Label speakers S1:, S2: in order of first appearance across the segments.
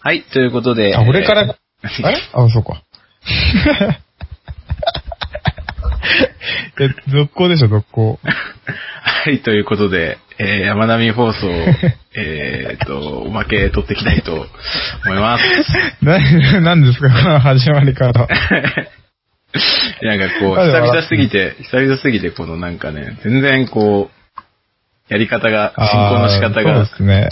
S1: はい、ということで。
S2: あ、俺から、 あれあ、そうか。え、続行でしょ、続行。
S1: はい、ということで、えー、山並放 送、えーと、おまけ取っていきたいと思い ます。
S2: な、なんですか、この始ま りから。
S1: なんかこう、久々すぎて、久々すぎて、このなんかね、全然こう、やり方が、進行の仕方
S2: あー
S1: が、
S2: そうですね。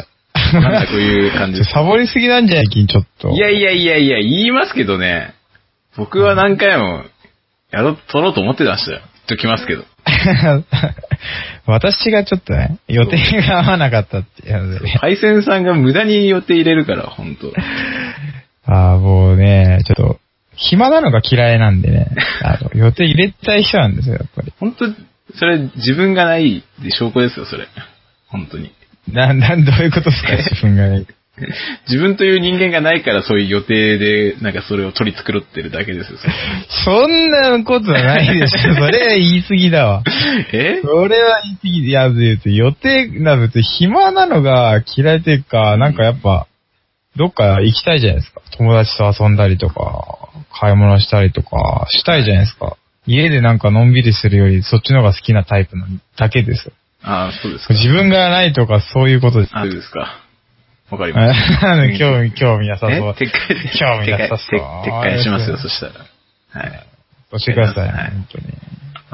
S1: なんかこういう感じ
S2: ちょ サボりすぎなんじゃないきちょっと。
S1: いやいやいやいや、言いますけどね、僕は何回も、やろ、取ろうと思ってましたよ。言っときますけど。
S2: 私がちょっとね、予定が合わなかったっていう ので。
S1: パイセンさんが無駄に予定入れるから、ほんと。
S2: ああ、もうね、ちょっと、暇なのが嫌いなんでね、あの、予定入れたい人なんですよ、やっぱり。
S1: ほんと、それ自分がない証拠ですよ、それ。本当に。
S2: な、なん、どういうことで すか、自分がね。
S1: 自分という人間がないからそういう予定で、なんかそれを取り繕ってるだけですよ、そ
S2: そんなことはない でしょ。それは言い過ぎだわ。
S1: れ え
S2: それは言い過ぎ。いや、別に予定、な、別に暇なのが嫌いというか、なんかやっぱ、どっか行きたいじゃないですか。友達と遊んだりとか、買い物したりとか、したいじゃないですか。家でなんかのんびりするより、そっちの方が好きなタイプのだけですよ。
S1: ああ、そうですか。
S2: 自分がないとか、そういうことです。
S1: あそうですか。わかりました。
S2: え 興味、興味なさ
S1: え
S2: そう。
S1: 撤回で、
S2: 興味
S1: 撤
S2: な
S1: 回、撤
S2: さそう。
S1: 撤回しますよ、
S2: あ
S1: そしたら。はい。
S2: れしてください、
S1: はい
S2: 本当に。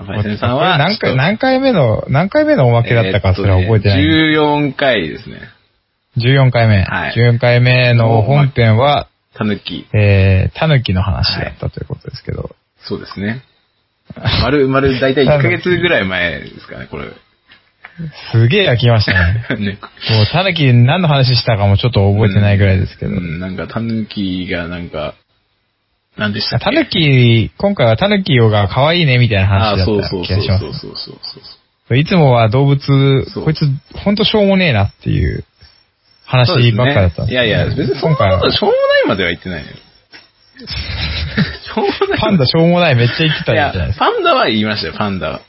S1: パイセンさんは、
S2: 何
S1: ちょっ
S2: 回、
S1: と
S2: 何回目の、何回目のおまけだったか、それは覚えてないんで。
S1: 14回ですね。
S2: 14回目。
S1: はい
S2: 14回目の本編は、
S1: たぬき。
S2: えー、タヌキの話だったということですけど。
S1: そうですね。丸、丸、だいたい1ヶ月ぐらい前ですかね、これ。
S2: すげえ飽きました ね。
S1: ね
S2: もうタヌキ何の話したかもちょっと覚えてないぐらいですけど
S1: う。ん、なんか、タヌキがなんか、なんでしたっけ
S2: タヌキ、今回はタヌキが可愛いねみたいな
S1: あ
S2: 話だ
S1: あ、そう
S2: っ
S1: そうそ
S2: た気
S1: う
S2: がします
S1: そうそうそうそう。
S2: いつもは動物
S1: そ、う
S2: こいつ、ほんとしょうもねえなっていう話
S1: そうですね
S2: ばっかだったんです
S1: い
S2: けど
S1: やいや、別にそん
S2: 今回
S1: な
S2: は
S1: こと、しょうもないまでは言ってない よ。しょうもない。
S2: パンダしょうもないめっちゃ言ってた
S1: い
S2: じゃ
S1: や
S2: ないです、か。
S1: パンダは言いましたよ、パンダは。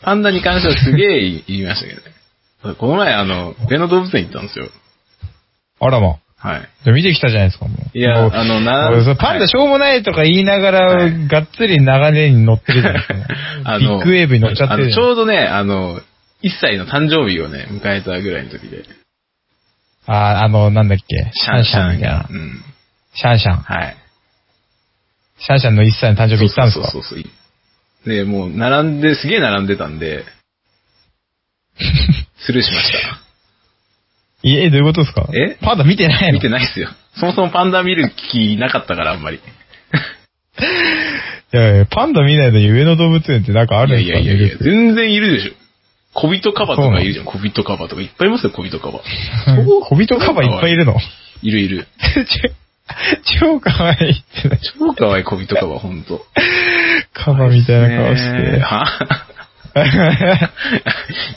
S1: パンダに関してはすげえ言い言いましたけどね。この前、あの、上野動物園行ったんですよ。
S2: あらま。
S1: はい。
S2: じゃあ見てきたじゃないですか、もう。
S1: いや
S2: もう
S1: あのな
S2: もうそうパンダしょうもないとか言いながら、
S1: はい
S2: がっつり長年に乗ってるじゃない ですか。ビッグウェーブに乗っちゃって
S1: あ
S2: る
S1: の
S2: じ
S1: ち
S2: ゃん
S1: ょうどね、あの、1歳の誕生日をね、迎えたぐらいの時で。
S2: あ、あの、なんだっけ。
S1: シャンシャン
S2: みたい
S1: が
S2: な。
S1: うん。
S2: シャンシャン。
S1: はい。
S2: シャンシャンの1歳の誕生日行ったんですか
S1: そうそうそうそう。で、もう、並んで、すげえ並んでたん で、スルーしました。
S2: いえ、どういうことですか
S1: え
S2: パンダ見てないの
S1: 見てないっすよ。そもそもパンダ見る気なかったから、あんまり。
S2: いやいや、パンダ見ないのに上野動物園ってなんかあ
S1: い
S2: るん
S1: や
S2: です
S1: い
S2: か
S1: やいやいや、全然いるでしょ。小人カバと
S2: そうな
S1: か
S2: の
S1: いるじゃん、小人カバとか。いっぱいいますよ、小人カバ。
S2: 小人カバいっぱいいるの
S1: いるいる。
S2: 超可愛いってね。
S1: 超可愛い小人カバ、ほんと。
S2: カバみたいな顔し
S1: ねえ
S2: て。
S1: は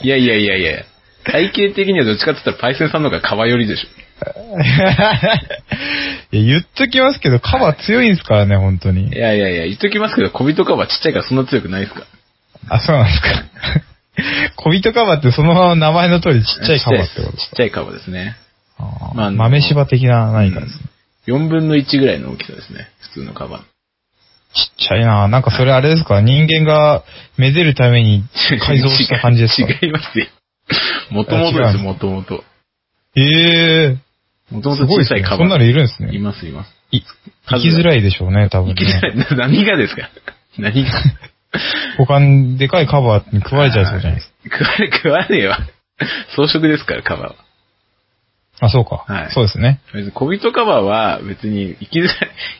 S1: いやいやいやいや。体型的にはどっちかって言ったらパイセンさんの方がカバ寄りでしょ。
S2: いや言っときますけど、カバ強いんですからね、本当
S1: い
S2: に。
S1: やいやいや、言っときますけど、小人カバちっちゃいからそんな強くないですから。
S2: あ、そうなんですか。小 人カバってそのまま名前の通りちっちゃいカバってこ
S1: ち
S2: と
S1: っ
S2: ですか
S1: ちゃいカバですね。
S2: あー
S1: まあ
S2: 豆柴的な何かですね。
S1: 4分の1ぐらいの大きさですね。普通のカバ。
S2: ちっちゃいななんかそれあれですか人間がめでるために改造した感じですか
S1: 違いますよ。もともとで
S2: あ違
S1: す、
S2: う
S1: もともと。
S2: ええ
S1: もと
S2: ー。
S1: も
S2: す
S1: と
S2: ごい
S1: 小
S2: です
S1: さい
S2: ね。
S1: カ
S2: そんな
S1: バ。
S2: のいるんです
S1: い
S2: ね。
S1: ます、います。
S2: い生きづらいでしょうね、多分
S1: 生きづら
S2: ね。
S1: い。な何がですか何が
S2: 股間でかいカバーに食われちゃいそうじゃないですか。
S1: 食われ、食われねえわ。装飾ですから、カバは。
S2: あ、そうか、
S1: はい
S2: そうですね。
S1: 別に小人カバーは別に生きづらい、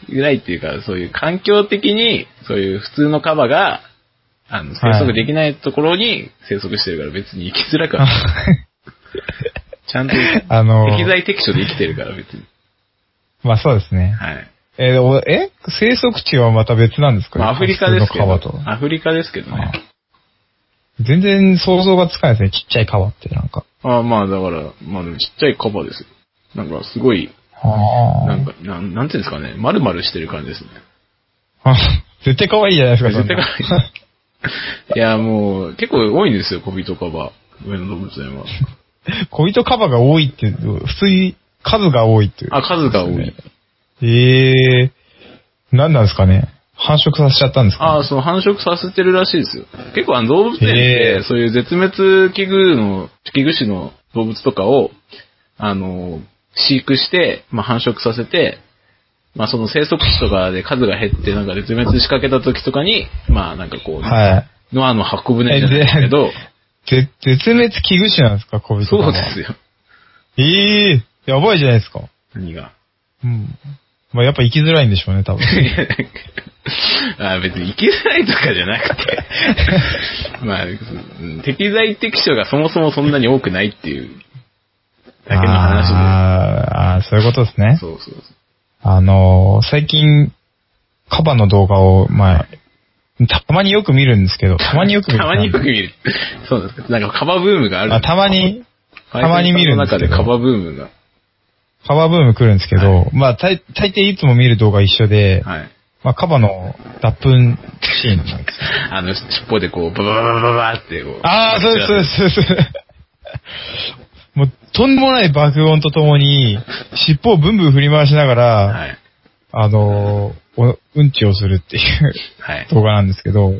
S1: づらいっていうか、そういう環境的に、そういう普通のカバーが、あの、生息できないところに生息してるから別に生きづらくはない。ちゃんと、
S2: あのー
S1: 適材適所で生きてるから別に。
S2: まあそうですね。
S1: はい。
S2: えーおえ生息地はまた別なんですか、
S1: まあアフリカですけど
S2: 普通の、川と。
S1: アフリカですけどね。
S2: 全然想像がつかないですね、ちっちゃい川ってなんか。
S1: ああ、まあだから、まあでもちっちゃいカバーですよ。なんかすごい、
S2: あ
S1: なん
S2: ー
S1: か、なん、なんていうんですかね、丸々してる感じですね。
S2: あ。 絶対可愛いじゃないですか、
S1: 絶対
S2: そんな
S1: 可愛い。 いや、もう、結構多いんですよ、小人カバー。上野動物園は。
S2: 小人カバが多いって、普通に数が多いっていう。
S1: あ、数が多い。
S2: ええー、何なんですかね繁殖させちゃったんですか、
S1: ああ、その繁殖させてるらしいですよ。結構あの動物園
S2: へ
S1: で
S2: え、
S1: そういう絶滅危惧の、危惧種の動物とかを、あの、飼育して、まあ、繁殖させて、まあ、その生息地とかで数が減って、なんか絶滅しかけた時とかに、まあ、なんかこう、
S2: はい。
S1: ノアの箱舟じゃないけど、
S2: ぜ絶滅危惧種なんですか小人
S1: そうです
S2: よ。
S1: よ。
S2: ええー、やばいじゃないですか。
S1: 何が。
S2: うん。まあ、やっぱ生きづらいんでしょうね、 多分。
S1: いやなんかあ別に行けないとかじゃなく て、まあ、うん適材適所がそもそもそんなに多くないっていうだけの話
S2: あーあー、そういうことですね
S1: で。。そうそうそう。
S2: あのー最近、カバの動画を、まあ、たまによく見るんですけど、たまによく見
S1: た
S2: る。
S1: まによく見る。そうなんですか。なんかカバブームがある。
S2: あたまに、たまに見るん
S1: の
S2: です
S1: 中
S2: け
S1: で
S2: ど
S1: カバブームが。
S2: カバーブーム来るんですけど、まあ、大大抵いつも見る動画一緒で、
S1: はい。
S2: まあ、カバの脱粉シーンなんですよ。
S1: あの、尻尾でこう、ババババババってこう。
S2: ああ、そうです、そうです、そう です。もう、とんでもない爆音とともに、尻尾をブンブン振り回しながら、
S1: はい。
S2: あのーおうんちをするっていう
S1: はい。
S2: 動画なんですけど、
S1: はい。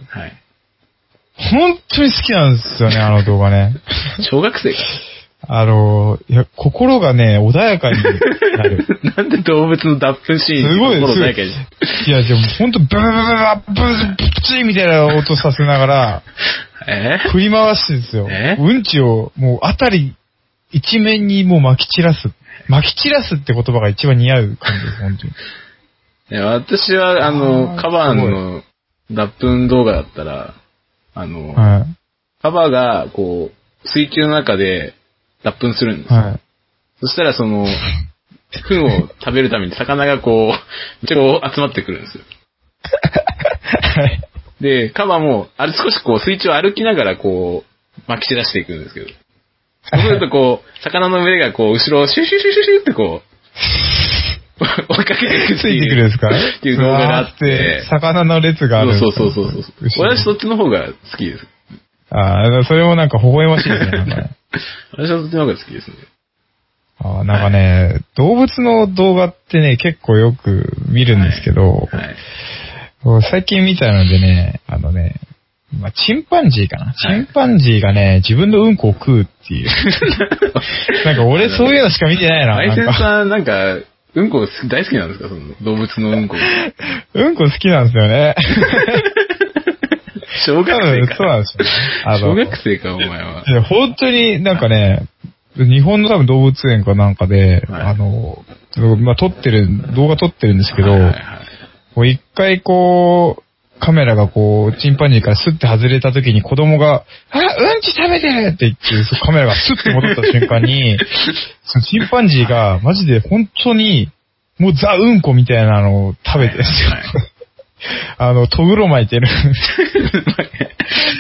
S2: 本当に好きなんですよね、あの動画ね。
S1: 小学生
S2: あのーいや、心がね、穏やかになる。
S1: なんで動物の脱粉シーン
S2: すごい
S1: 心ない
S2: で
S1: けに
S2: す。いや、でもほんと、ブーブーブーブーブーブープチーみたいな音させながら、
S1: え
S2: 振り回してですよ。
S1: え
S2: うんちを、もう、あたり、一面にもう撒き散らす。撒き散らすって言葉が一番似合う感じです、本当に。
S1: いや私は、あの、
S2: あー
S1: カバーの脱粉動画だったら、あの、
S2: は
S1: カバーが、こう、水中の中で脱粉するんです
S2: い。
S1: よ。
S2: はい。
S1: そしたら、その、糞を食べるために魚がこう、めっちゃこう集まってくるんですよ。で、カバーも、あれ少しこう、水中を歩きながらこう、巻き散らしていくんですけど。そうするとこう、魚の群れがこう、後ろをシュシュシュシュシュってこう、追いかけていくって
S2: ついてく
S1: い
S2: るん
S1: う。
S2: ですか
S1: っていう動画があって
S2: うわー魚の列がある。
S1: そうそうそうそうそう。
S2: 後ろ
S1: 私そっちの方が好きです。
S2: ああ、それもなんか微笑ましいですね、なんかね。
S1: 私はそっちの方が好きですね。
S2: ああ、なんかね、動物の動画ってね、結構よく見るんですけど、
S1: はい。
S2: 最近見たのでね、あのね、まあ、チンパンジーかな。チ
S1: はい
S2: ンパンジーがね、自分のうんこを食うって いう。なんか俺そういうのしか見てないな。
S1: ライセン
S2: なんか
S1: さん、なんか、うんこ大好きなんですかその動物の うんこ。
S2: うんこ好きなんですよね。
S1: 小学生か。
S2: 多分そうなんですよね。あ
S1: 小
S2: の、
S1: 学生か、お前は。
S2: いや本当になんかね、日本の多分動物園かなんかで、
S1: はい
S2: あの、まあ、撮ってる、動画撮ってるんですけど、
S1: はいはいはい
S2: もう一回こう、カメラがこう、チンパンジーからスッて外れた時に子供が、あ、うんち食べてるって言って、そうカメラがスッて戻った瞬間 に、そのチンパンジーがマジで本当に、もうザ・うんこみたいなのを食べてるんですよ。
S1: はい
S2: あの、トグロ巻いてる。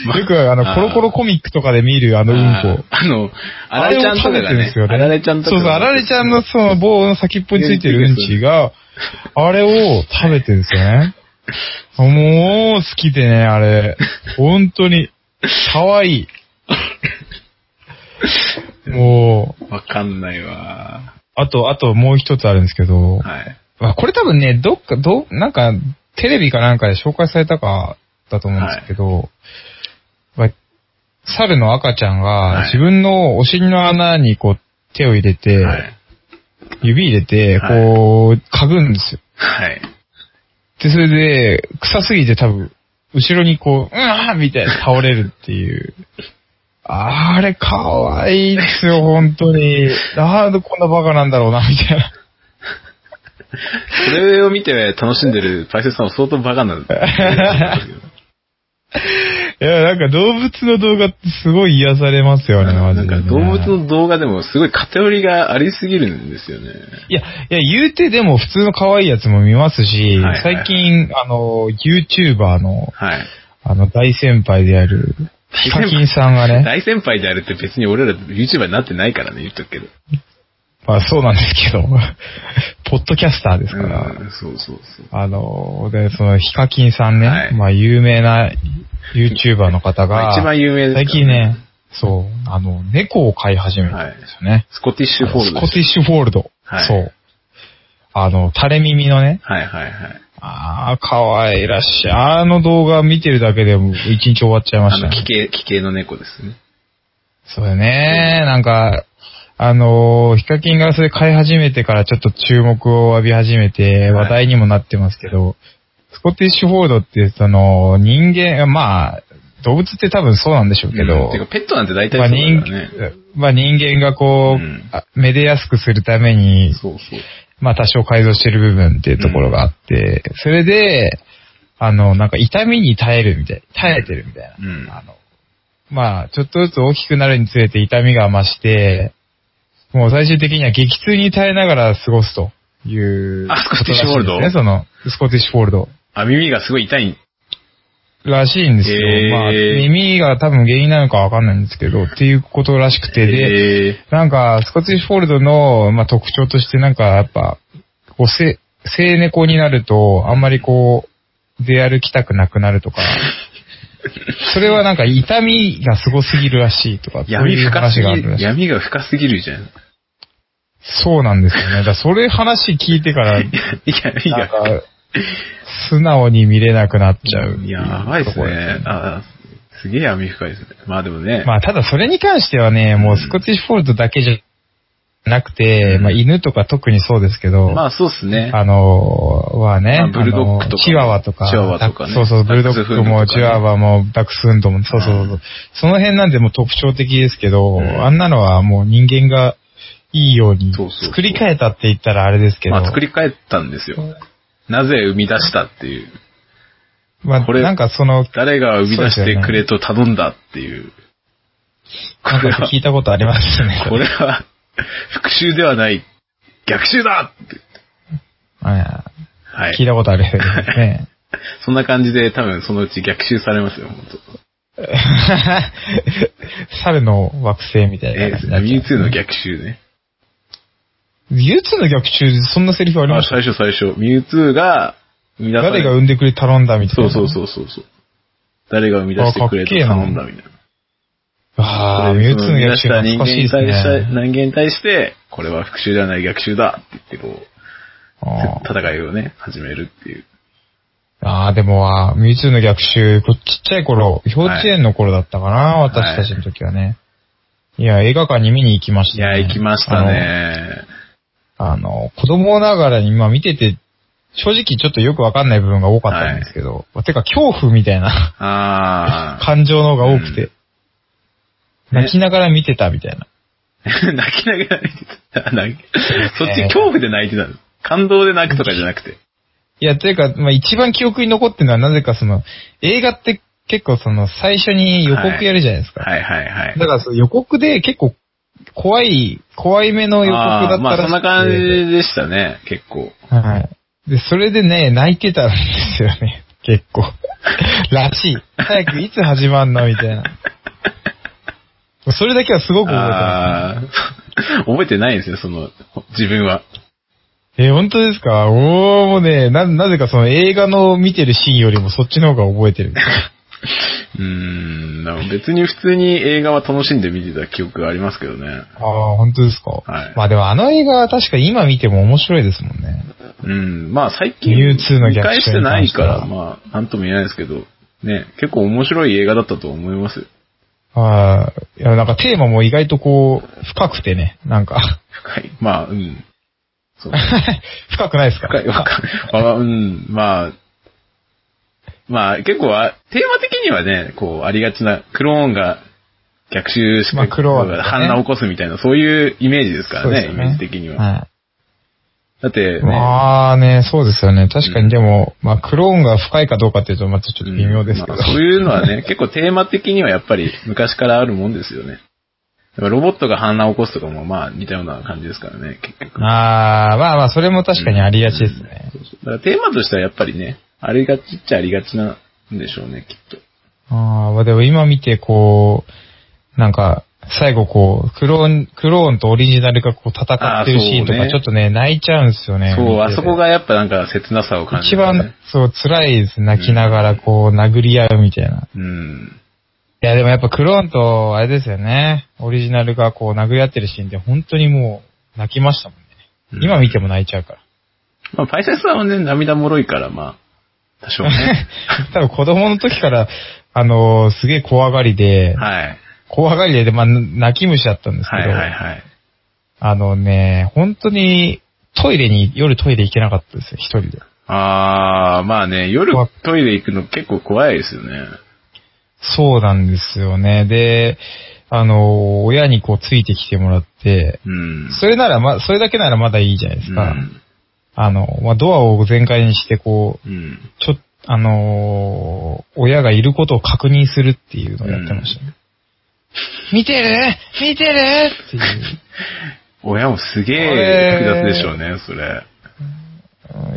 S1: ま
S2: よくあの、コロコロコミックとかで見るあのうんこ。
S1: ああの、あられちゃんとか
S2: あれを食べて
S1: が
S2: るんで
S1: ね
S2: すよ、ね。
S1: あられちゃんとか
S2: そ
S1: が。
S2: うそう、あられちゃんのその棒の先っぽについてるうん ちが、あれを食べてるんですよね。もう好きでね、あれ。本当に、かわいい。 もう、
S1: わかんないわ。
S2: あと、あともう一つあるんですけど、
S1: はい。
S2: あこれ多分ね、どっか、ど、なんか、テレビかなんかで紹介されたか、だと思うんですけど、まあ猿の赤ちゃん
S1: は
S2: が
S1: い
S2: 自分のお尻の穴にこう手を入れて、
S1: はい。
S2: 指入れて、
S1: はい
S2: こう、嗅ぐんですよ。
S1: はい。
S2: で、それで、臭すぎて多分、後ろにこう、うわーみたいな倒れるっていう。 あれ、かわいいですよ、本当に。 なんでこんなバカなんだろうな、みたいな。
S1: それを見て楽しんでるパイセンさんは相当バカなんだ。
S2: いや、なんか動物の動画ってすごい癒されますよね、マ
S1: なん
S2: ジで、
S1: か
S2: ね。
S1: 動物の動画でもすごい偏りがありすぎるんですよね。
S2: いや、いや、言うてでも普通の可愛いやつも見ますし、
S1: はいはい
S2: 最近、あの、YouTuber の、
S1: はい。
S2: あの、大先輩である、ヒカキンさんがね、
S1: 大先輩であるって別に俺ら YouTuber になってないからね、言っとくけど。
S2: まあそうなんですけど、ポッドキャスターですから、
S1: うん、そうそうそう。
S2: あの、で、そのヒカキンさんね、
S1: はい
S2: まあ有名な YouTuber の
S1: ま
S2: 方が、
S1: あ一番有名ですから
S2: 最近ね、そう、あの、猫を飼い始めたんですよね。
S1: スコティッシュフォール
S2: ス
S1: ド
S2: コ
S1: です
S2: ティッシュフォールド。
S1: はい。
S2: そう。あの、垂れ耳のね、
S1: はいはいはい。
S2: ああ、可愛らしい。あの動画見てるだけでも一日終わっちゃいま
S1: あ
S2: した
S1: の、
S2: ね
S1: 奇。形、奇形の猫ですね。
S2: そうだね。なんか、あのーヒカキンがそれ買い始めてからちょっと注目を浴び始めて
S1: はい
S2: 話題にもなってますけど、スコティッシュフォードってその人間、まあ、動物って多分そうなんでしょうけど、
S1: うんてか、ペットなんて大体
S2: まあ
S1: そうだ
S2: 人
S1: からね。
S2: まあ人間がこう、
S1: うん
S2: あめでやすくするために、
S1: そうそう。
S2: まあ多少改造してる部分っていうところがあって、それで、あの、なんか痛みに耐えるみたい、耐えてるみたいな。
S1: うん
S2: あの、まあ、ちょっとずつ大きくなるにつれて痛みが増して、もう最終的には激痛に耐えながら過ごすという。
S1: あスコティッシュフォールド
S2: ことらしいですね、その、スコティッシュフォールド。
S1: あ、耳がすごい痛い。
S2: らしいんですよ。
S1: へー
S2: まあ、耳が多分原因なのかわかんないんですけど、っていうことらしくて、で、
S1: え
S2: なんか、スコティッシュフォールドの、まあ、特徴として、なんか、やっぱ、こう、せ、性猫になると、あんまりこう、出歩きたくなくなるとか、それはなんか痛みがすごすぎるらしいとか、
S1: ー、闇
S2: そういう
S1: 深す
S2: 話
S1: ぎ
S2: がある
S1: る
S2: ら、しい。
S1: 闇が深すぎるじゃん。
S2: そうなんですよね。だからそれ話聞いてから、
S1: いや、い
S2: なん
S1: や、
S2: か、素直に見れなくなっちゃう。
S1: やばいっす
S2: ところ
S1: ね。あすげえ闇深いですね。まあでもね。
S2: まあ、ただそれに関してはね、もうスコティッシュフォールドだけじゃなくて、
S1: うん
S2: まあ、犬とか特にそうですけど、
S1: まあそうっすね。
S2: あのーはね、
S1: まあブルドッグとか
S2: あのーチワワとか、
S1: チワワとかね
S2: そうそう、ブルドッグ
S1: ダックスフ
S2: も、
S1: ンドとかね
S2: チワワも、ダックスフンドも、そうそうそう。その辺なんでもう特徴的ですけど、
S1: うん
S2: あんなのはもう人間がいいように
S1: そうそうそう
S2: 作り変えたって言ったらあれですけど、
S1: まあ作り変えたんですよ。なぜ生み出したっていう。
S2: まあ
S1: これ
S2: なんかその、
S1: 誰が生み出してくれと頼んだっていう。
S2: な
S1: これ
S2: んか
S1: は
S2: 聞、いたことあります ね。
S1: これは、復讐ではない、逆襲だって。
S2: は
S1: はい
S2: 聞い
S1: い。
S2: たことあるですね。
S1: そんな感じで多分そのうち逆襲されますよ、本当。
S2: 猿の惑星みたい
S1: え
S2: な 感じになっち
S1: ミ
S2: ゃ
S1: ュ
S2: う
S1: ウツーの逆襲ね。
S2: ミュウツーの逆襲、そんなセリフあり
S1: ま
S2: ま
S1: あ
S2: した
S1: 最初最初、ミュウツーが生み出され
S2: 誰が産んでくれ頼んだみたい
S1: そう
S2: な。
S1: そうそうそうそう。誰が生み出してくれと頼んだみたいな。
S2: ああ、
S1: そ
S2: ミ
S1: れ
S2: ュウツーの逆
S1: そ
S2: 襲
S1: の生み
S2: 懐
S1: 出
S2: か
S1: した
S2: しい
S1: 人間
S2: で
S1: に
S2: す
S1: 対して、
S2: ね。
S1: 人間に対して、これは復讐ではない逆襲だって言ってこう、
S2: あー
S1: 戦いをね、始めるっていう。
S2: あー、でもあー、ミュウツーの逆襲、こうちっちゃい頃、幼稚園の頃だったかな、
S1: い
S2: 私たちの時はね。いや、映画館に見に行きまし
S1: い
S2: た、
S1: や、行きましたね。
S2: あの。あの、子供ながらに、まあ見てて、正直ちょっとよくわかんない部分が多かったんですけど、てか恐怖みたいな
S1: ああ
S2: 感情の方が多くて、
S1: うんね
S2: 泣きながら見てたみたいな。
S1: ー。 泣きながら見てた。泣 きそっち恐怖で泣いてたの。感動で泣くとかじゃなくて。
S2: いや、というか、まあ、一番記憶に残ってるのは、なぜかその、映画って結構その、最初に予告やるじゃないですか。
S1: はいはいはい。
S2: だからその予告で結構、怖い、怖い目の予告だったらし
S1: あー
S2: くて
S1: まあそんな感じでしたね、結構。
S2: はい。で、それでね、泣いてたんですよね。 結構。らしい。早くいつ始まんのみたいな。それだけはすごく覚えてます。
S1: ああ、 覚えてないんですよ、その、自分は。
S2: え、本当ですかおー、もうね、な、なぜかその映画の見てるシーンよりもそっちの方が覚えてる。
S1: うーん、なんか別に普通に映画は楽しんで見てた記憶がありますけどね。
S2: ああ、本当ですか。
S1: はい
S2: まあでもあの映画は確か今見ても面白いですもんね。
S1: うん、まあ最近
S2: ミュウツーの
S1: 見
S2: 逆
S1: 返
S2: 襲
S1: してないか
S2: に関
S1: ら、
S2: して
S1: まあなんとも言えないですけど、ね、結構面白い映画だったと思いますよ。
S2: はい。いや、なんかテーマも意外とこう、深くてね、なんか。
S1: 深い。まあ、うん。そう。
S2: 深くないですか
S1: 深い、わかあうん、まあ、まあ結構あ、テーマ的にはね、こう、ありがちな、クローンが逆襲して、
S2: まあクローンとかね
S1: 反乱を起こすみたいな、そういうイメージですから
S2: そうです
S1: ね、
S2: よ
S1: イメージ的には。
S2: は
S1: だって、ね
S2: い。、まあね、そうですよね。確か
S1: う
S2: に
S1: ん
S2: でも、まあクローンが深いかどうかっていうと、またちょっと微妙ですけど。
S1: うんまあそういうのはね、 結構テーマ的にはやっぱり昔からあるもんですよね。だからロボットが反乱を起こすとかもまあ似たような感じですからね、結局。
S2: ああ、まあまあ、それも確かにありがちですね。
S1: そうそうだからテーマとしてはやっぱりね、ありがちっちゃありがちなんでしょうね、きっと。
S2: ああ、まあでも今見て、こう、なんか、最後こう、クローン、クローンとオリジナルがこう戦ってるシーンと
S1: あーそう
S2: か、
S1: ね
S2: ちょっとね、泣いちゃうんですよね。
S1: そ
S2: 見
S1: う、
S2: て
S1: あ
S2: て
S1: そこがやっぱなんか切なさを感じ
S2: 一
S1: る、
S2: 番、そう、辛いです。泣きながら、こう、殴り合うみたいな。
S1: うん。
S2: いや、でもやっぱクローンと、あれですよね。オリジナルがこう、殴り合ってるシーンって、本当にもう、泣きましたもんね。
S1: うん
S2: 今見ても泣いちゃうから。
S1: まあ、パイセンさんはね、涙もろいから、まあ、多少 ね。
S2: 多分子供の時から、あのーすげえ怖がりで、
S1: はい。
S2: 怖がりで、まあ、泣き虫だったんですけ
S1: はい
S2: ど、
S1: はいはい。
S2: あのね、本当に、トイレに、夜トイレ行けなかったですよ、一人で。
S1: あー、まあね、夜
S2: 怖っ
S1: トイレ行くの結構怖いですよね。
S2: そうなんですよね。で、あのー親にこうついてきてもらって、
S1: うん。
S2: それならま、それだけならまだいいじゃないですか。
S1: うん
S2: あの、まあ、ドアを全開にして、こう、
S1: うん。
S2: ちょ、あのー親がいることを確認するっていうのをやってましたね。見てる見てるっていう。
S1: 親もすげえ複雑でしょうね、それ。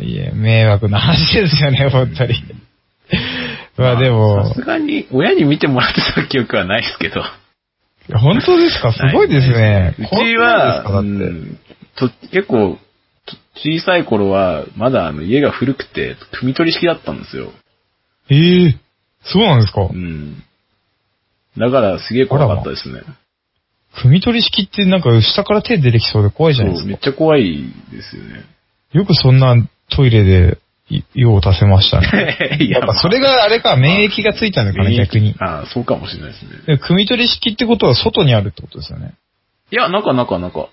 S2: うんいえ、迷惑な話ですよね、本当に。まあで
S1: さ
S2: も
S1: す、がに、親に見てもらってた記憶はないですけど。
S2: 本当ですかすごいですね。
S1: う
S2: こん
S1: ち
S2: な
S1: は、うん
S2: ですかだって
S1: んと結構、と小さい頃は、まだあの家が古くて、組み取り式だったんですよ。
S2: ええそうなんですか
S1: うん。だから、すげえ怖かったですね。
S2: 踏み取り式ってなんか下から手出てきそうで怖いじゃないで
S1: そう、
S2: す
S1: め
S2: か
S1: っ。ちゃ怖いですよね。
S2: よくそんなトイレでい用を足せましたね。
S1: い
S2: やっぱそれがあれか、免疫がついたのかな、逆に。
S1: ああ、そうかもしれないですね。
S2: で組み取り式ってことは外にあるってことですよね。
S1: いや、中中中。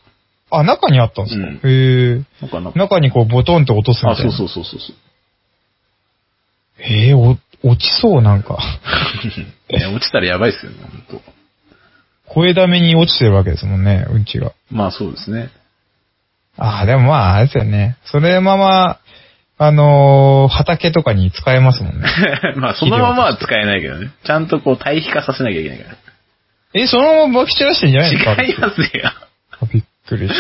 S2: あ、中にあったんですか、
S1: うん
S2: へえ。
S1: 中中。
S2: 中にこうボトンって落とすみ
S1: あ、
S2: たい
S1: そ
S2: な。
S1: うそうそうそうそう。
S2: へえ、お落ちそう、なんか。
S1: ね落ちたらやばいっすよね、ほんと。
S2: 声だめに落ちてるわけですもんね、うんちが。
S1: まあそうですね。
S2: ああ、でもまあ、あれですよね。それまま、あのー畑とかに使え ますも んね。
S1: まあそのままは使えないけどね。ちゃんとこう堆肥化させなきゃいけないから。
S2: え、そのまま撒き散らしてんじゃないですか
S1: 違いますよ。
S2: あびっくりし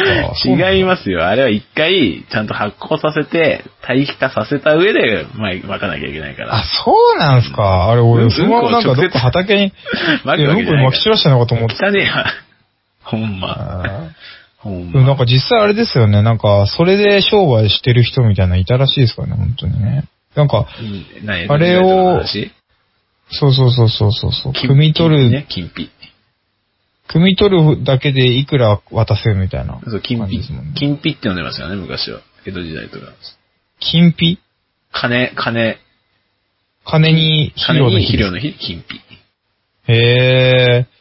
S2: た。
S1: 違い
S2: ま
S1: ますよ。あれは一回、ちゃんと発酵させて、堆肥化させた上で、まあ、巻かなきゃいけないから
S2: あ。、そうなんすか。あれ、
S1: う
S2: 俺、
S1: ん
S2: そのままなんかどっか畑に、
S1: 巻
S2: い
S1: く
S2: や
S1: わ
S2: う
S1: け
S2: ん
S1: じ
S2: こ
S1: ゃ
S2: に
S1: ない
S2: 撒
S1: か
S2: き散らしたのかと思って。
S1: ら。汚ねえわ。ほんま。
S2: あ
S1: ほん
S2: ーうんなん
S1: ま。
S2: か実際あれですよね。なんか、それで商売してる人みたいなのいたらしいですからね、本当にね。なんか、
S1: うん何
S2: あれを
S1: どういう話
S2: そうそうそうそうそうそう。
S1: 金
S2: 汲み取る、
S1: ね、金品。
S2: 汲み取るだけでいくら渡せるみたいな
S1: そう、金
S2: 感じですも
S1: 品。
S2: んね。
S1: 金品って呼んでましたよね、昔は。江戸時代とか。
S2: 金費
S1: 金、金、
S2: 金に肥
S1: 金
S2: 料の
S1: に
S2: 費
S1: 肥
S2: で
S1: 料
S2: す
S1: の日、金品。
S2: へえ。ー。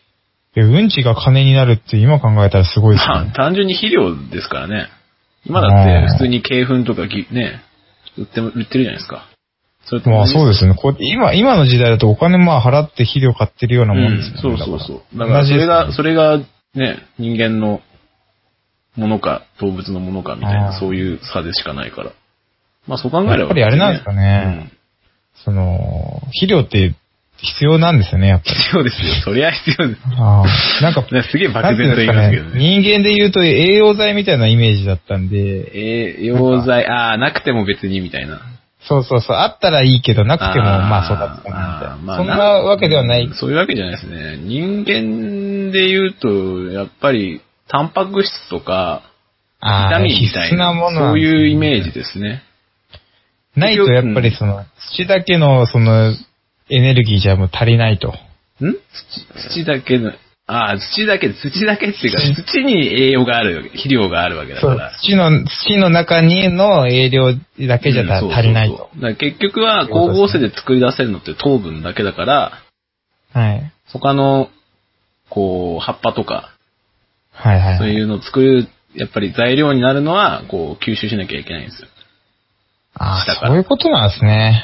S2: うんちが金になるって今考えたらすごいです
S1: まあ、
S2: ね。
S1: 単純に肥料ですからね。今だって、普通に鶏粉とかぎ、ね、売っても、売ってるじゃないですか。それと。
S2: まあそうですすね。こう今、今の時代だとお金まあ払って肥料買ってるような
S1: う
S2: もんです
S1: ん、
S2: も
S1: そ
S2: ん
S1: う
S2: ね。
S1: そうそう。だ
S2: だ
S1: か、
S2: からら
S1: それが、
S2: 同じです
S1: そ
S2: ね
S1: れが、ね、人間のものか、動物のものかみたい
S2: あ
S1: な、
S2: ー
S1: そういう差でしかないから。まあそう考えれば、
S2: やっぱりあれなんですかねその、肥料って必要なんですよね、やっぱ
S1: うん
S2: り。
S1: 必要ですよ。そりゃ必要です。
S2: ああ。なんか、
S1: ねすげえ
S2: な
S1: 漠
S2: んてい
S1: 然と
S2: うんで
S1: 言
S2: す
S1: い
S2: か
S1: ます
S2: ね
S1: けど。ね。
S2: 人間で言うと栄養剤みたいなイメージだったんで、
S1: 栄養 剤、ああ、なくても別にみたいな。
S2: そうそうそう、あったらいいけど、なくても
S1: あー
S2: まあ育つか
S1: あ
S2: な、
S1: ー
S2: み
S1: ま
S2: た
S1: あ
S2: いな。そんなわけではない
S1: うん。そういうわけじゃないですね。人間で言うと、やっぱり、タンパク質とか、ビ
S2: あ
S1: タ
S2: ー
S1: ミンみたい
S2: 必須
S1: な、
S2: なもの
S1: そ
S2: なん
S1: う
S2: ですね
S1: いうイメージですね。
S2: ないとやっぱりその、土だけのその、エネルギーじゃもう足りないと。
S1: ん土土だけの、ああ、土だけ、土だけっていうか、土に栄養がある、肥料があるわけだか
S2: そう
S1: ら。。
S2: 土の、土の中にの栄養だけじゃ
S1: うん
S2: た
S1: そうそうそう
S2: 足りないと。
S1: だから結局は、光合成で作り出せるのって糖分だけだから、
S2: はい。
S1: 他の、こう、葉っぱとか、
S2: はいはい。
S1: そういうのを作る、やっぱり材料になるのは、こう、吸収しなきゃいけないんですよ。
S2: あ
S1: だ
S2: あ、
S1: から
S2: そういうことなんですね。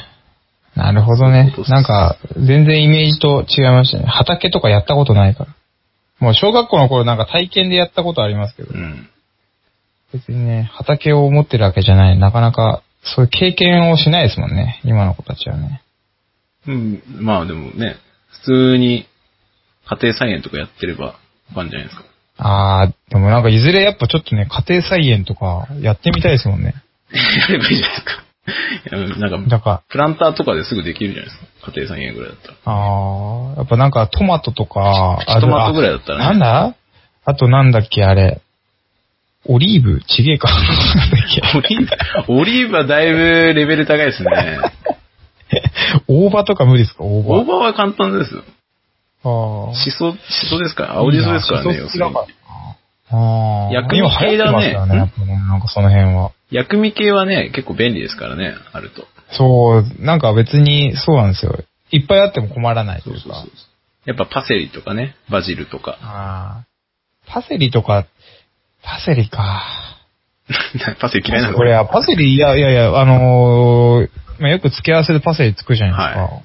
S2: なるほどね
S1: そうそう。そう
S2: なんか、全然イメージと違いましたね。畑とかやったことないから。もう小学校の頃なんか体験でやったことありますけど
S1: う、ん。
S2: 別にね、畑を持ってるわけじゃない。なかなか、そういう経験をしないですもんね。今の子たちはね。
S1: うん、まあでもね、普通に、家庭菜園とかやってれば、わかんじゃないですか。
S2: ああ、でもなんかいずれやっぱちょっとね、家庭菜園とかやってみたいですもんね。
S1: やればいいじゃないですか。いやなんか、
S2: なんか、
S1: プランターとかですぐできるじゃないですか。家庭菜園ぐらいだ ったら。
S2: ああ、やっぱなんかトマトとか、
S1: プチトマトぐらいだった
S2: あ
S1: ら
S2: なん
S1: ね。
S2: だあとなんだっけ、あれ。オリーブちげえか。なんだっけ
S1: オリーブ、オリーブはだいぶレベル高いです ね。
S2: 大葉とか無理ですか大
S1: 大
S2: 葉。
S1: 葉は簡単ですよ。
S2: ああ。
S1: シソ、シソですか青シソですからね、
S2: いいなシソ好き
S1: 要
S2: だからああ。
S1: 薬味系だね
S2: 今流行ってますよね。やっぱねなんかその辺は。
S1: 薬味系はね、結構便利ですからね、あると。
S2: そう、なんか別に、そうなんですよ。いっぱいあっても困らないというか。
S1: やっぱパセリとかね、バジルとか。
S2: ああ。パセリとか、パセリか。
S1: パセリ嫌いなの
S2: これはパセリ、いやいやいや、あのーまあ、よく付け合わせでパセリ作るじゃないですか。
S1: は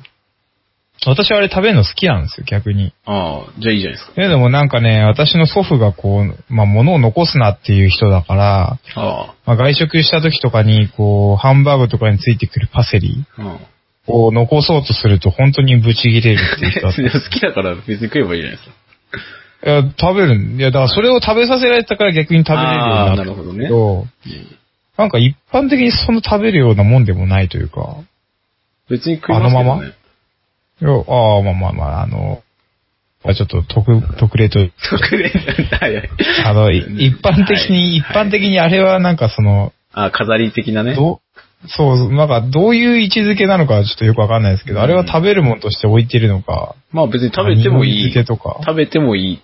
S2: 私はあれ食べるの好きなんですよ、逆に。
S1: ああ、じゃあいいじゃないです
S2: いやでもなんかね、私の祖父がこう、まあ、物を残すなっていう人だから、
S1: か。あ
S2: まあ、外食した時とかに、こう、ハンバーグとかについてくるパセリ
S1: あ。うん。
S2: を残そうとすると本当にブチギレるっていう人だ った。
S1: で好きだから別に食えばいいじゃないですか。
S2: いや、食べるん。いや、だからそれを食べさせられたから逆に食べれるようになったんだ
S1: あーな
S2: け
S1: るほ
S2: ど、なんか一般的にそんな食べるようなもんでもないというか、
S1: 別に食いますけどね。
S2: あのまま いやああ、まあまあまあ、あの、まあちょっと特、特例と、
S1: 特例はい はい
S2: あの、い一般的に、一
S1: はいはい
S2: 般的にあれはなんかその、
S1: あ、飾り的なね。
S2: どう、そう、なんかどういう位置づけなのかちょっとよくわかんないですけど、あれは食べるもんとして置いてるのか、
S1: まあ別に食べてもい
S2: 匂
S1: い。
S2: 付けとか。
S1: 食べてもいいっ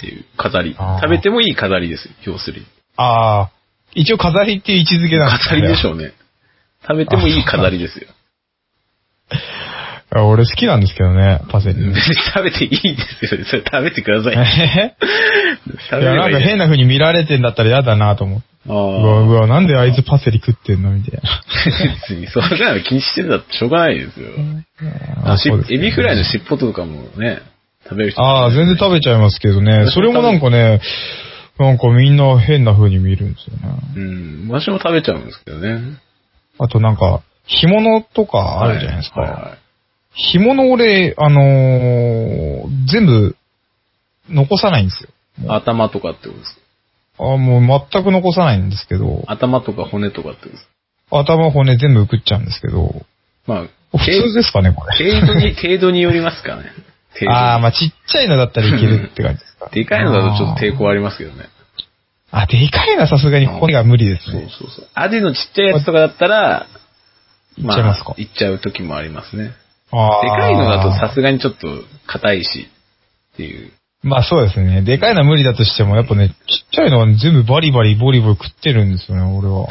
S1: ていう飾り
S2: あ。ー
S1: 食べてもいい飾りですよ、要するに。
S2: ああ、一応飾りっていう位置づけなんです
S1: 飾りでし
S2: ょ
S1: ょうね。食べてもいい飾りですよ。
S2: 俺好きなんですけどね、パセ
S1: 別
S2: リ
S1: に。食べていいですよ。それ食べてください。
S2: え
S1: 食べ
S2: いや、
S1: れば
S2: ないん
S1: い
S2: か
S1: じゃ
S2: 変な風に見られてんだったら嫌だなと思って。
S1: あ
S2: うわ、
S1: あ
S2: うわ、なんであいつパセリ食ってんのみたいな。
S1: 別に、そんなの気にしてたってしょうがないですよ。あしエビフライの尻尾とかもね、食べる人。
S2: ああ、全然食べちゃいますけどね。それもなんかね、なんかみんな変な風に見るんですよね。
S1: うん。私も食べちゃうんですけどね。
S2: あとなんか、干物とかあるじゃないですか。
S1: はは
S2: 干物俺、あのー全部残さないんですよ。
S1: いはい頭とかってことです。
S2: あーもう全く残さないんですけど、
S1: 頭とか骨とかってことです。
S2: 頭骨全部食っちゃうんですけど、
S1: まあ、
S2: 普通ですかね、これ。
S1: 程度に、 程度によりますかね。程度に。
S2: ああ、まあちっちゃいのだったらいけるって感じですか
S1: でかいのだとちょっと抵抗ありますけどね。
S2: あー。あ、でかいのはさすがに骨が無理です
S1: そう
S2: ね。
S1: そうそう。アジのちっちゃいやつとかだったら、
S2: いっちゃいますか
S1: あ、いっちゃう時もありますね。
S2: あ
S1: で
S2: ー
S1: かいのだとさすがにちょっと硬いし、っていう。
S2: まあそうですね。でかいのは無理だとしても、やっぱね、ちっちゃいのはね全部バリバリボリボリ食ってるんですよね、俺 は。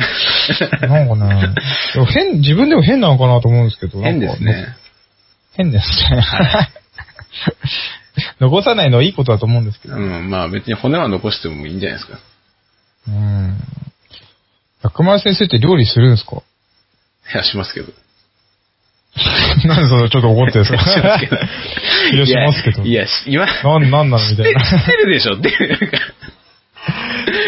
S2: なんかね、でも変、自分でも変なのかなと思うんですけど。
S1: 変です
S2: なんか。
S1: ね。
S2: 変ですね。 残さないのはいいことだと思うんですけど。
S1: うん、まあ別に骨は残してもいいんじゃないですか。
S2: うん。薬丸先生って料理するんですか
S1: いや、しますけど。
S2: なんでそれちょっと怒ってるんですか
S1: しますけど。
S2: いや、しますけど。
S1: いや、いやし今、
S2: なん、なんなのみ
S1: 知
S2: た
S1: っ
S2: い
S1: て
S2: な。
S1: 知ってるでしょっていうか。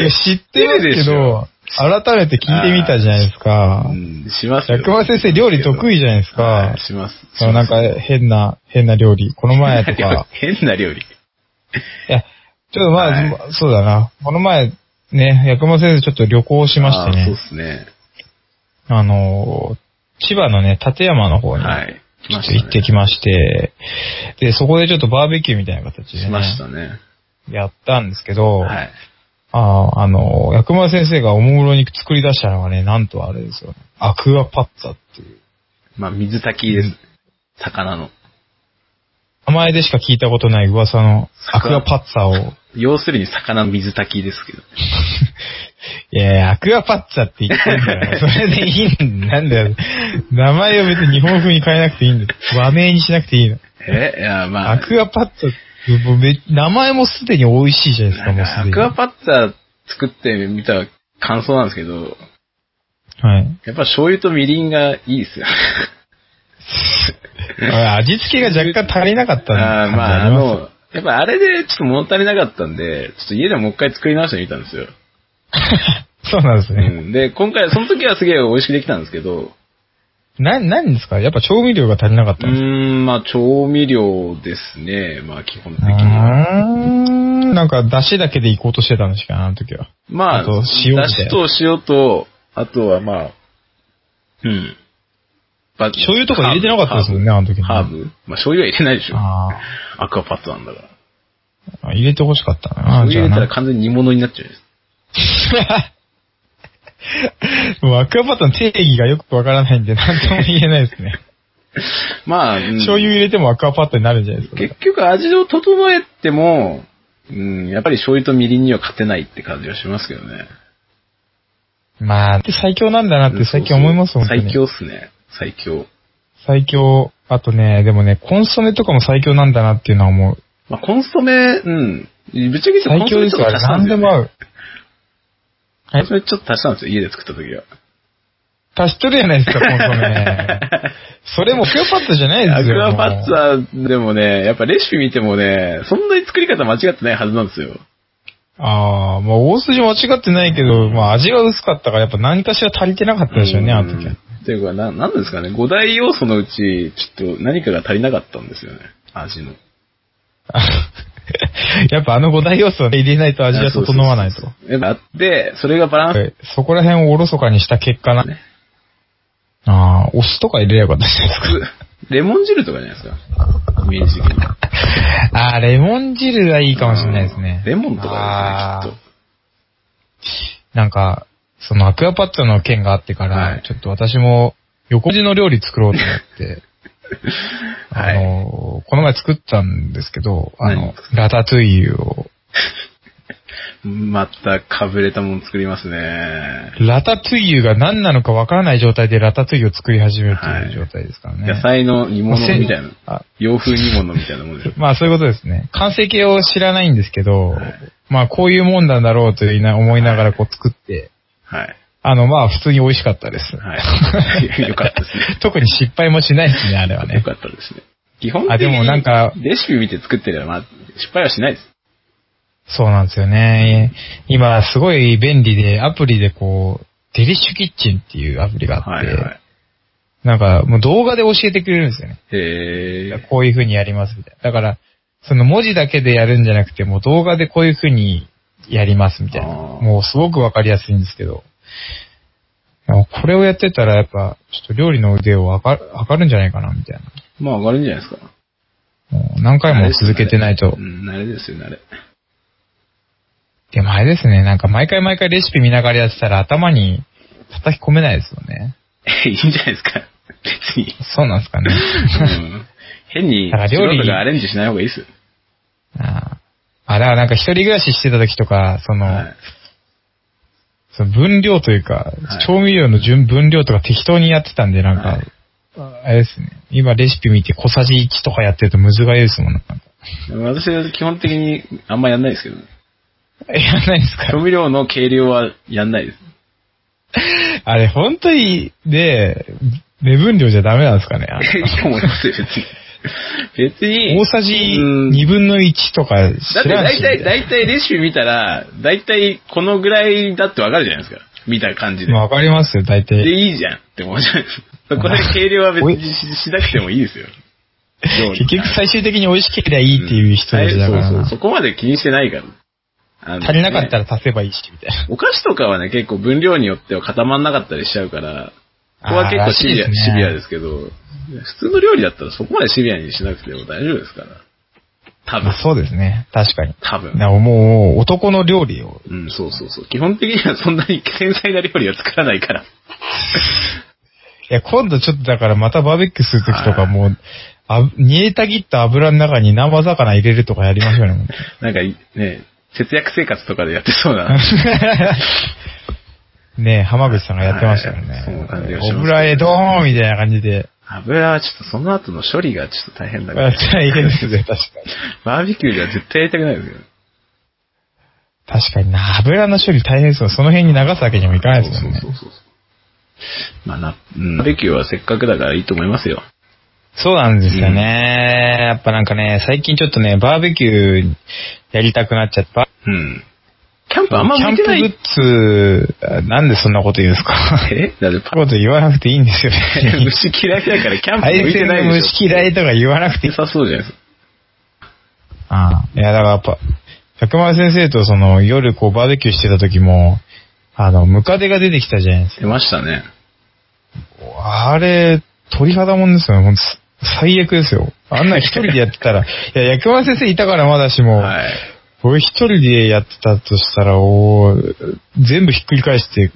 S2: いや、知ってま
S1: 知って
S2: す
S1: るで
S2: け
S1: し
S2: ど
S1: ょ、
S2: 改めて聞いてみたじゃないですか
S1: う。ん、しますよ
S2: 薬丸先生料理得意じゃないです
S1: は
S2: か
S1: い。します。
S2: そのなんか変な、変な料理。この前とか。
S1: 変な料理。
S2: いや、ちょっとまあ、
S1: は
S2: そうだな。この前、ね、薬丸先生ちょっと旅行しまして
S1: あーそう
S2: ね
S1: で。すね。
S2: あのー、千葉のね、館山の方に、
S1: はい。
S2: ちょっと行ってき
S1: ま
S2: まして、で、そこでちょっとバーベキューみたいな形
S1: し
S2: で
S1: しまし
S2: ね、
S1: たね。
S2: やったんですけど、
S1: はい。
S2: あーあのー、薬丸先生がおもむろに作り出したのがね、なんとあれですよね。アクアパッツァっていう。
S1: まあ、水炊きです。魚の。
S2: 名前でしか聞いたことない噂のアクアパッツァを、
S1: 要するに魚の水炊きですけど。
S2: いやいや、アクアパッツァって言って んだよ。それでいいんなんだよ。名前を別に日本風に変えなくていいんだよ。和名にしなくていいの。
S1: えいや、まあ、
S2: アクアパッツァ、もうめ名前もすでに美味しいじゃないですか、もう
S1: ア
S2: すでに。
S1: クアパッツァ作ってみた感想なんですけど、
S2: はい。
S1: やっぱ醤油とみりんがいいです よ。
S2: 味付けが若干足りなかった
S1: あー
S2: の
S1: まあ、あ
S2: 感じります
S1: の、やっぱあれでちょっと物足りなかったんで、ちょっと家でもう一回作り直してみたんですよ。
S2: そうなんです
S1: う
S2: ね。
S1: ん、で、今回、その時はすげえ美味しくできたんですけど、
S2: な、何ですかやっぱ調味料が足りなかっ
S1: うー
S2: たんですか
S1: ん、まあ、調味料ですね。まあ、基本的
S2: うー
S1: には。
S2: ん。なんか、出汁だけで行こうとしてたんですかあの時は。
S1: まあ、
S2: あと塩みたいな
S1: だしと塩と、あとはまあ、うん。ば
S2: 醤油とか入れてなかったですもんね、あの時ね
S1: ハーブ。まあ、醤油は入れないでしょ。
S2: あ
S1: アクアパッツァなんだから。
S2: ー入れて欲しかったな。
S1: 醤
S2: じ
S1: 油
S2: ゃ
S1: 入れた
S2: あな
S1: ら完全に煮物になっちゃうじゃないですか
S2: もうアクアパッツァの定義がよくわからないんで、なんとも言えないですね。
S1: まあ、うん
S2: 醤油入れてもアクアパッツァになるんじゃないですか。
S1: 結局味を整えても、うん、やっぱり醤油とみりんには勝てないって感じはしますけどね。
S2: まあ、って最強なんだなって最近思いますもんね。
S1: 最強っすね。最強。
S2: 最強。あとね、でもね、コンソメとかも最強なんだなっていうのは思う。
S1: まあ、コンソメ、うん。ぶっちゃけ言うとコ
S2: 最
S1: ンソ
S2: 強
S1: メ
S2: で
S1: ち
S2: す
S1: ょっと
S2: よ、あ
S1: 足
S2: れ。
S1: したんで
S2: 何
S1: すよ、
S2: でも合
S1: ね。
S2: う。
S1: コンソメちょっと足したんですよ、家で作った時は。
S2: 足しとるやないですか、コンソメ。 それもアクアパッツァじゃないで
S1: ア
S2: すよ。
S1: クアパッツ
S2: ァ。
S1: ァでもね、やっぱレシピ見てもね、そんなに作り方間違ってないはずなんですよ。
S2: ああ、まあ大筋間違ってないけど、まあ味が薄かったからやっぱ何かしら足りてなかったでしょうね、あの時は。
S1: っていうか、な、なんですかね、五大要素のうち、ちょっと何かが足りなかったんですよね。味の。
S2: やっぱあの五大要素を入れないと味が整わないと。
S1: やっぱあって、それがバランス、
S2: はいそこら辺をおろそかにした結果な
S1: ね。
S2: ああ、お酢とか入れればよかったじゃな いです
S1: レモン汁とかじゃないですか。イメージ的に。
S2: か。ああ、レモン汁がいいかもしれないですね。
S1: レモンとか
S2: あ
S1: で
S2: ー
S1: すね、きっ
S2: なんか、そのアクアパッツァの件があってから、
S1: はい
S2: ちょっと私も横地の料理作ろうと思って、
S1: はい
S2: あの、この前作ったんですけど、あ
S1: 何
S2: の
S1: で、
S2: ラタトゥイユを、
S1: と。また、かぶれたもん作りますね。
S2: ラタトゥイユが何なのかわからない状態でラタトゥイユを作り始めるという状態ですからね。
S1: 野菜の煮物みたいな。
S2: な。
S1: 洋風煮物みたいなもんでしょ。
S2: まあそういうことですね。完成形を知らないんですけど、
S1: はい
S2: まあこういうもんなんだろうというな思いながらこう作って、
S1: はい。
S2: あのまあ普通に美味しかったです。
S1: はい。 よかったです ね。
S2: 特に失敗もしないですね、あれは
S1: よ
S2: ね。
S1: かったですね。基本的に、
S2: あでもなんか
S1: レシピ見て作ってれば、まあ、失敗はしないです。
S2: そうなんですよね。今すごい便利で、アプリでこう、デリッシュキッチンっていうアプリがあって、
S1: はいはい。
S2: なんかもう動画で教えてくれるんですよね。
S1: へー
S2: こういう風にやりますみたいな。だから、その文字だけでやるんじゃなくて、もう動画でこういう風にやりますみたいな。
S1: あー
S2: もうすごくわかりやすいんですけど。これをやってたらやっぱ、ちょっと料理の腕をわか測るんじゃないかなみたい
S1: まあ、上がるんじゃないですか。
S2: な。もう何回も続けてないと
S1: う。ん、慣れですよ、慣れ。
S2: でもあれですね、なんか毎回毎回レシピ見ながらやってたら頭に叩き込めないですよね。
S1: え いいんじゃないですか。別に。
S2: そうなんですか ね。
S1: うん変に
S2: だから、料
S1: 料
S2: 理
S1: 理がアレンジしない方がいいですよ。
S2: あーあ、だからなんか一人暮らししてた時とか、その、
S1: はい
S2: その分量というか、
S1: はい
S2: 調味料の順分量とか適当にやってたんで、なんか、
S1: はい
S2: ああれですね。今レシピ見て小さじ1とかやってるとむずがゆいですもん、なん か。
S1: 私は基本的にあんまやんないですけど、 ね、
S2: やらないですか
S1: 調味料の計量はやんない です。
S2: あれ、本当に、で、目分量じゃダメなんですかね。あの
S1: いいと思いますよ、別に。別に。
S2: 大さじ
S1: うん
S2: 2分の1とか知
S1: だって
S2: らん
S1: 大
S2: し。
S1: 体、大体レシピ見たら、大体このぐらいだってわかるじゃないですか。見た感じで。
S2: まあわかりますよ、大
S1: で、
S2: 体。
S1: いいじゃんって思うじゃないですか。そこで計量は別にししなくてもいいですよ。料理
S2: 結局最終的に美味しければいいっていう人たちだか
S1: う
S2: ら
S1: ん
S2: な
S1: そうそう。そこまで気にしてないから。あの
S2: 足りなかった
S1: ね
S2: ら足せばいいし、みたい な。
S1: お菓子とかはね、結構分量によっては固まんなかったりしちゃうから、ここは結構
S2: あーらし
S1: シ
S2: い
S1: ビ
S2: で
S1: ア
S2: すね
S1: シビアですけど、普通の料理だったらそこまでシビアにしなくても大丈夫ですから。多
S2: ま
S1: 分
S2: あ。そうですね。確かに。
S1: 多分。
S2: なもう、男の料理を。
S1: うん、そうそうそう。基本的にはそんなに繊細な料理は作らないから。
S2: いや、今度ちょっとだからまたバーベキューするときと
S1: は
S2: か
S1: い
S2: もう、あ煮えたぎった油の中に生魚入れるとかやりましょ うね。
S1: なんかい、ね、節約生活とかでやってそうな。
S2: ねえ、浜口さんがやってましたよ
S1: はい
S2: ね。
S1: そんな感じがしますね
S2: 油へドーンみたいな感じで。
S1: 油はちょっとその後の処理がちょっと大変だから。
S2: 大変ですね、確かに。
S1: バーベキューでは絶対やりたくないですよ。
S2: 確かにな、油の処理大変ですよ。その辺に流すわけにもいかないですもんね
S1: そ。うそうそうそう。まあな、うん、バーベキューはせっかくだからいいと思いますよ。
S2: そうなんですよね。やっぱなんかね、最近ちょっとね、バーベキューやりたくなっちゃった。
S1: うん。キャンプあんま向いてない
S2: キャン。プグッズ、なんでそんなこと言うんですか
S1: えだって
S2: そ
S1: パ
S2: んなこと言わなくていいんですよ。
S1: 虫嫌いだからキャンプ向
S2: 配
S1: いて
S2: 線
S1: ない
S2: の
S1: でしょ。
S2: 虫嫌いとか言わなくていい。
S1: さそうじゃないですか。
S2: ああいや、だからやっぱ、百丸先生とその夜こうバーベキューしてた時も、あの、ムカデが出てきたじゃないです
S1: 出ましたね。
S2: か。あれ、鳥肌もんですよね。ほんと最悪ですよ。あんな一人でやっ てたら、いや、百丸先生いたからまだしも、
S1: はい。
S2: 俺一人でやってたとしたら、おー全部ひっくり 返して、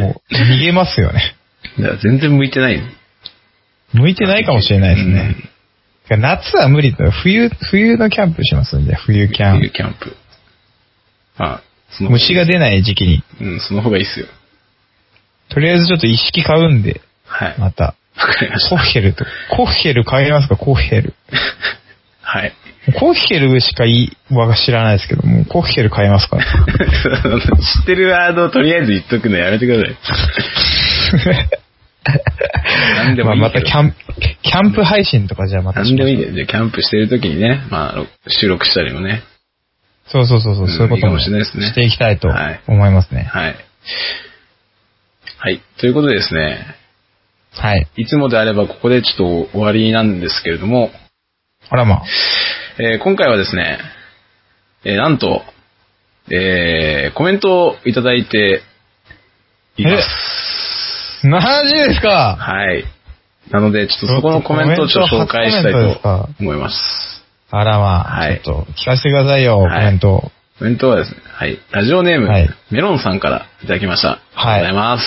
S2: もう逃げますよね。
S1: だから全然向いてない。向い
S2: 向いてないかもしれないですね。夏は無理だよ。冬、冬のキャンプしますんで、冬キャン
S1: 冬。キャンプ。あ、その方
S2: 虫が出ない時期に。
S1: うん、その方がいいっすよ。
S2: とりあえずちょっと一式買うんで、
S1: はい。わ
S2: また。
S1: かりまし
S2: コー
S1: た。
S2: ヘルと。コーヘル買いますかコーヘル。
S1: はい。
S2: コーヘルしかいい、は知らないですけども、コーヘル買いますから。
S1: 知ってるワードをとりあえず言っとくのやめてください。 何でもいい
S2: まあまた
S1: けど
S2: キャンプ、キャンプ配信とかじゃあまた
S1: 何でもいい
S2: しましょう
S1: です。じゃあキャンプしてる時にね、まあ、収録したりもね。
S2: そうそうそうそう、
S1: うん
S2: そういうことも
S1: いいかもしれないですね
S2: していきたいと
S1: はい
S2: 思いますね。
S1: はい。はい。ということでですね、
S2: はい。
S1: いつもであればここでちょっと終わりなんですけれども、
S2: あらまあ。
S1: えー今回はですね、えーなんと、えーコメントをいただいています。
S2: マジですか
S1: はい。なので、ちょっとそこのコメントをちょっと紹介したいと思います。
S2: あらまあ。
S1: はい
S2: ちょっと聞かせてくださいよ、コ
S1: はい
S2: メントを。
S1: コメントはですね、はい。ラジオネーム、
S2: はい
S1: メロンさんからいただきました。
S2: はい
S1: ありがとうございます。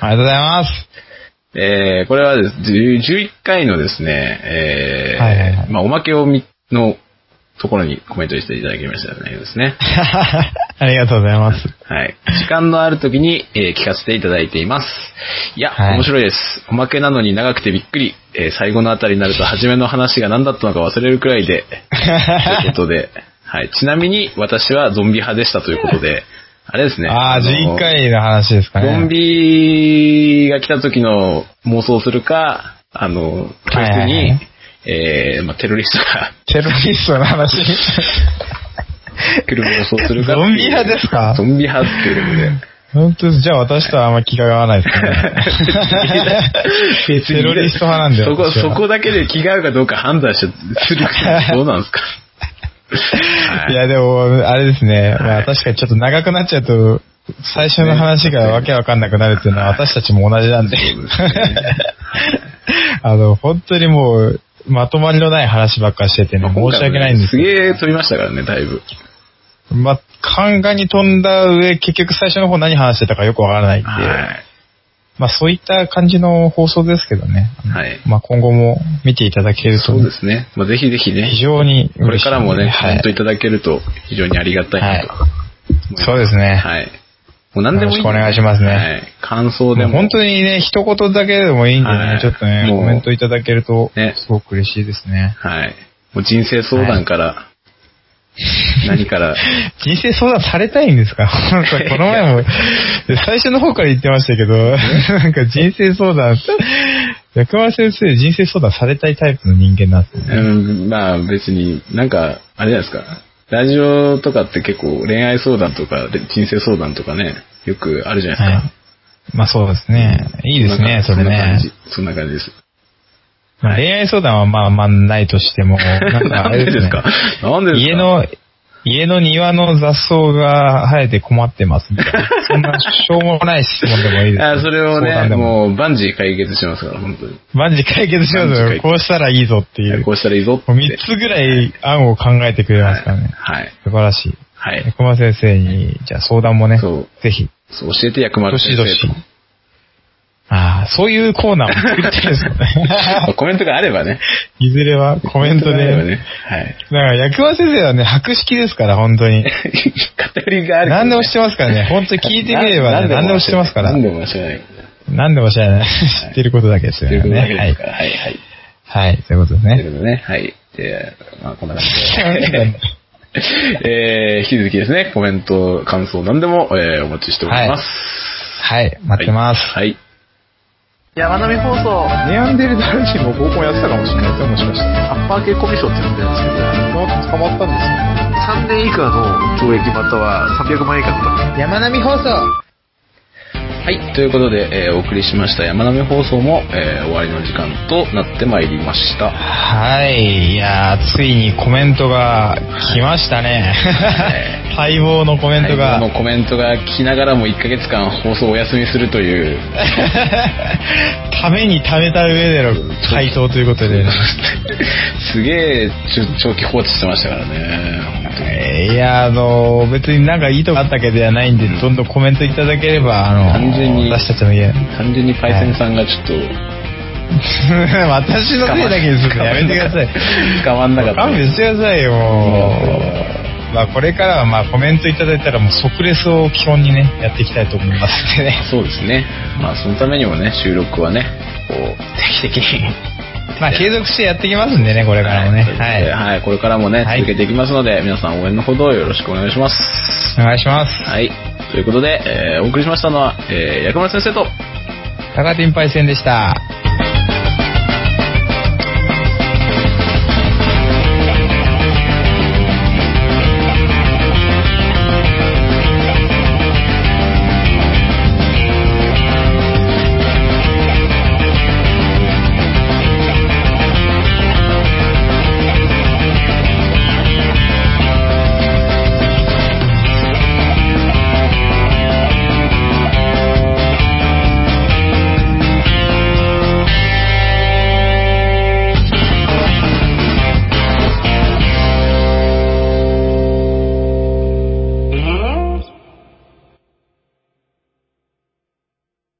S2: ありがとうございます。
S1: えー、これはです10 11回のですね、えー
S2: はいはいはい
S1: まあ、おまけをみ、のところにコメントしていただきましたねですね。
S2: ありがとうございます。
S1: はい。時間のある時に、えー聞かせていただいています。いや、
S2: はい
S1: 面白いです。おまけなのに長くてびっくり。えー最後のあたりになると初めの話が何だったのか忘れるくらいで、ということ で、はい。ちなみに私はゾンビ派でしたということで、あれですね。
S2: ああ、
S1: の
S2: 11回の話ですかね。
S1: ゾンビが来た時の妄想をするか、あの、教室に、
S2: はいはいはい
S1: えーまあ、テロリストが
S2: テロリストの話。
S1: 来る妄想するかっていう
S2: ゾンビ派ですか
S1: ゾンビ派っていうことで。
S2: 本当です。じゃあ私とはあんま気が合わないです ね。
S1: 別に
S2: テロリスト派なんだ
S1: そ
S2: よ
S1: こ、
S2: 私
S1: そ
S2: は
S1: こだけで気が合うかどうか判断しするからどうなん ですかはい
S2: いや、でも、あれですね。ま
S1: は
S2: あ
S1: い
S2: 確かにちょっと長くなっちゃうと、最初の話がわけわかんなくなるっていうのは私たちも同じなんで。あの、本当にもう、まとまりのない話ばっかしててね、申し訳ないんです
S1: す
S2: けど
S1: げえ飛びましたからね、だいぶ。
S2: まあ、考えに飛んだ上、結局最初の方何話してたかよくわからないんで、
S1: はい。
S2: まあそういった感じの放送ですけどね。
S1: はい
S2: まあ今後も見ていただけると
S1: そうですね。まあ、ぜひぜひね、
S2: 非常に嬉しいので。
S1: これからもね、コ
S2: は
S1: メン
S2: い
S1: ト。いただけると非常にありがたいなと。
S2: そうですね。
S1: はい。もう何でもいいんで。
S2: よろしくお願いしますね
S1: はい。感想で
S2: もう
S1: も。
S2: 本当にね、一言だけでもいいんでね、
S1: はい
S2: ちょっとね、
S1: もう
S2: コメントいただけると、
S1: ね
S2: すごく嬉しいですね。
S1: はい。もう人生相談から、何から、
S2: 人生相談されたいんですか なんかこの前も、最初の方から言ってましたけど、なんか人生相 談、薬丸先生人生相談されたいタイプの人間なんですね。
S1: うん、まあ別になんか、あれじゃないですか。ラジオとかって結構恋愛相談とかで人生相談とかね、よくあるじゃ
S2: は
S1: ないですか。
S2: い。まあそうですね。いいですね、そ
S1: ん
S2: れ
S1: な感
S2: ね
S1: じ。そんな感じです。
S2: まあ恋愛相談はまあまあないとし ても、なんか
S1: な
S2: あ
S1: ん
S2: れ
S1: で
S2: です
S1: です
S2: ね。
S1: かなんでですか
S2: 家の、家の庭の雑草が生えて困ってますみた いな。そんなしょうもない質問でもいいです、
S1: あそれを
S2: 相談
S1: ね、
S2: で
S1: も
S2: も
S1: う万事解決しますから、本当に。
S2: 万事解決しよう
S1: 万事解
S2: ぞ。
S1: 決
S2: こうしたらいいぞっていう。
S1: こうしたらいいぞって。
S2: もう3つぐらい案を考えてくれますからね。
S1: はい。
S2: 素晴らしい。
S1: はい。はい
S2: 猫間先生に、じゃあ相談もね、
S1: そう
S2: ぜひ、
S1: そう教えて役丸
S2: ど
S1: 先
S2: しどし
S1: 生と。。
S2: ああ、そういうコーナーも作りたいです よ
S1: まあ
S2: ね。
S1: コメントがあればね。
S2: いずれはコメント
S1: があれば
S2: で。
S1: ね。はい。
S2: だから、薬丸先生はね、博識ですから、本当に。
S1: 偏りがあるけどね、
S2: 何でも知ってますからね。本当に聞いてみれば
S1: な
S2: ね、何でも知ってますから。
S1: 何でも知らない。
S2: 何でも知らない。知ってることだけです
S1: と
S2: よ
S1: い
S2: ね。
S1: うことだけ
S2: は
S1: です
S2: い
S1: か。ら。はい、はい。
S2: はい、そういうことです
S1: という
S2: ね。
S1: ことでね、はい。で、まあ、こんな感じ
S2: なん
S1: で
S2: か。
S1: えー、引き続きですね、コメント、感想、何でも、えー、お待ちしております。
S2: はい、待ってます。
S1: はい。山並放送、
S2: ネアンデルダル人も合コンやってたかもしれないですもしかしたら。
S1: アッパー系コミュ障って呼んでるんですけど、
S2: 捕まったんです
S1: 3年以下の懲役または300万円以下の
S2: よ。山並放送
S1: はい、ということで、えーお送りしました山並放送も、えー終わりの時間となってまいりました。
S2: はい、いやー、ついにコメントが来ましたね。待望のコメント
S1: はい
S2: が
S1: こ。のコメントが来ながらも1ヶ月間放送をお休みするという。
S2: ために貯めた上での回答ということで。
S1: すげえちょ長期放置してましたからね。
S2: えーいや、あのー、別になんか意図があったわけではないんで、どんどんコメントいただければ、あのー、
S1: 単純に
S2: 私たちの家。
S1: 単純にパイセンさんがちょっと、
S2: 私のせいだけにするのやめてください。
S1: 捕まんなかった。
S2: 勘弁してくださいよ、もう。まあ、これからはまあコメントいただいたらもう即レスを基本にね、やっていきたいと思いますんでね。
S1: そうですね。まあ、そのためにもね、収録はね、こう、定期的に。
S2: まあ、継続してやっていきますんでね、これからもね。は。
S1: はいい。はい。これからもね、
S2: はい
S1: 続けていきますので、皆さん応援のほどよろしくお願いします。
S2: お願いします。
S1: はい。ということで、えーお送りしましたのは、えー、薬丸先生と、
S2: 高天パイセンでした。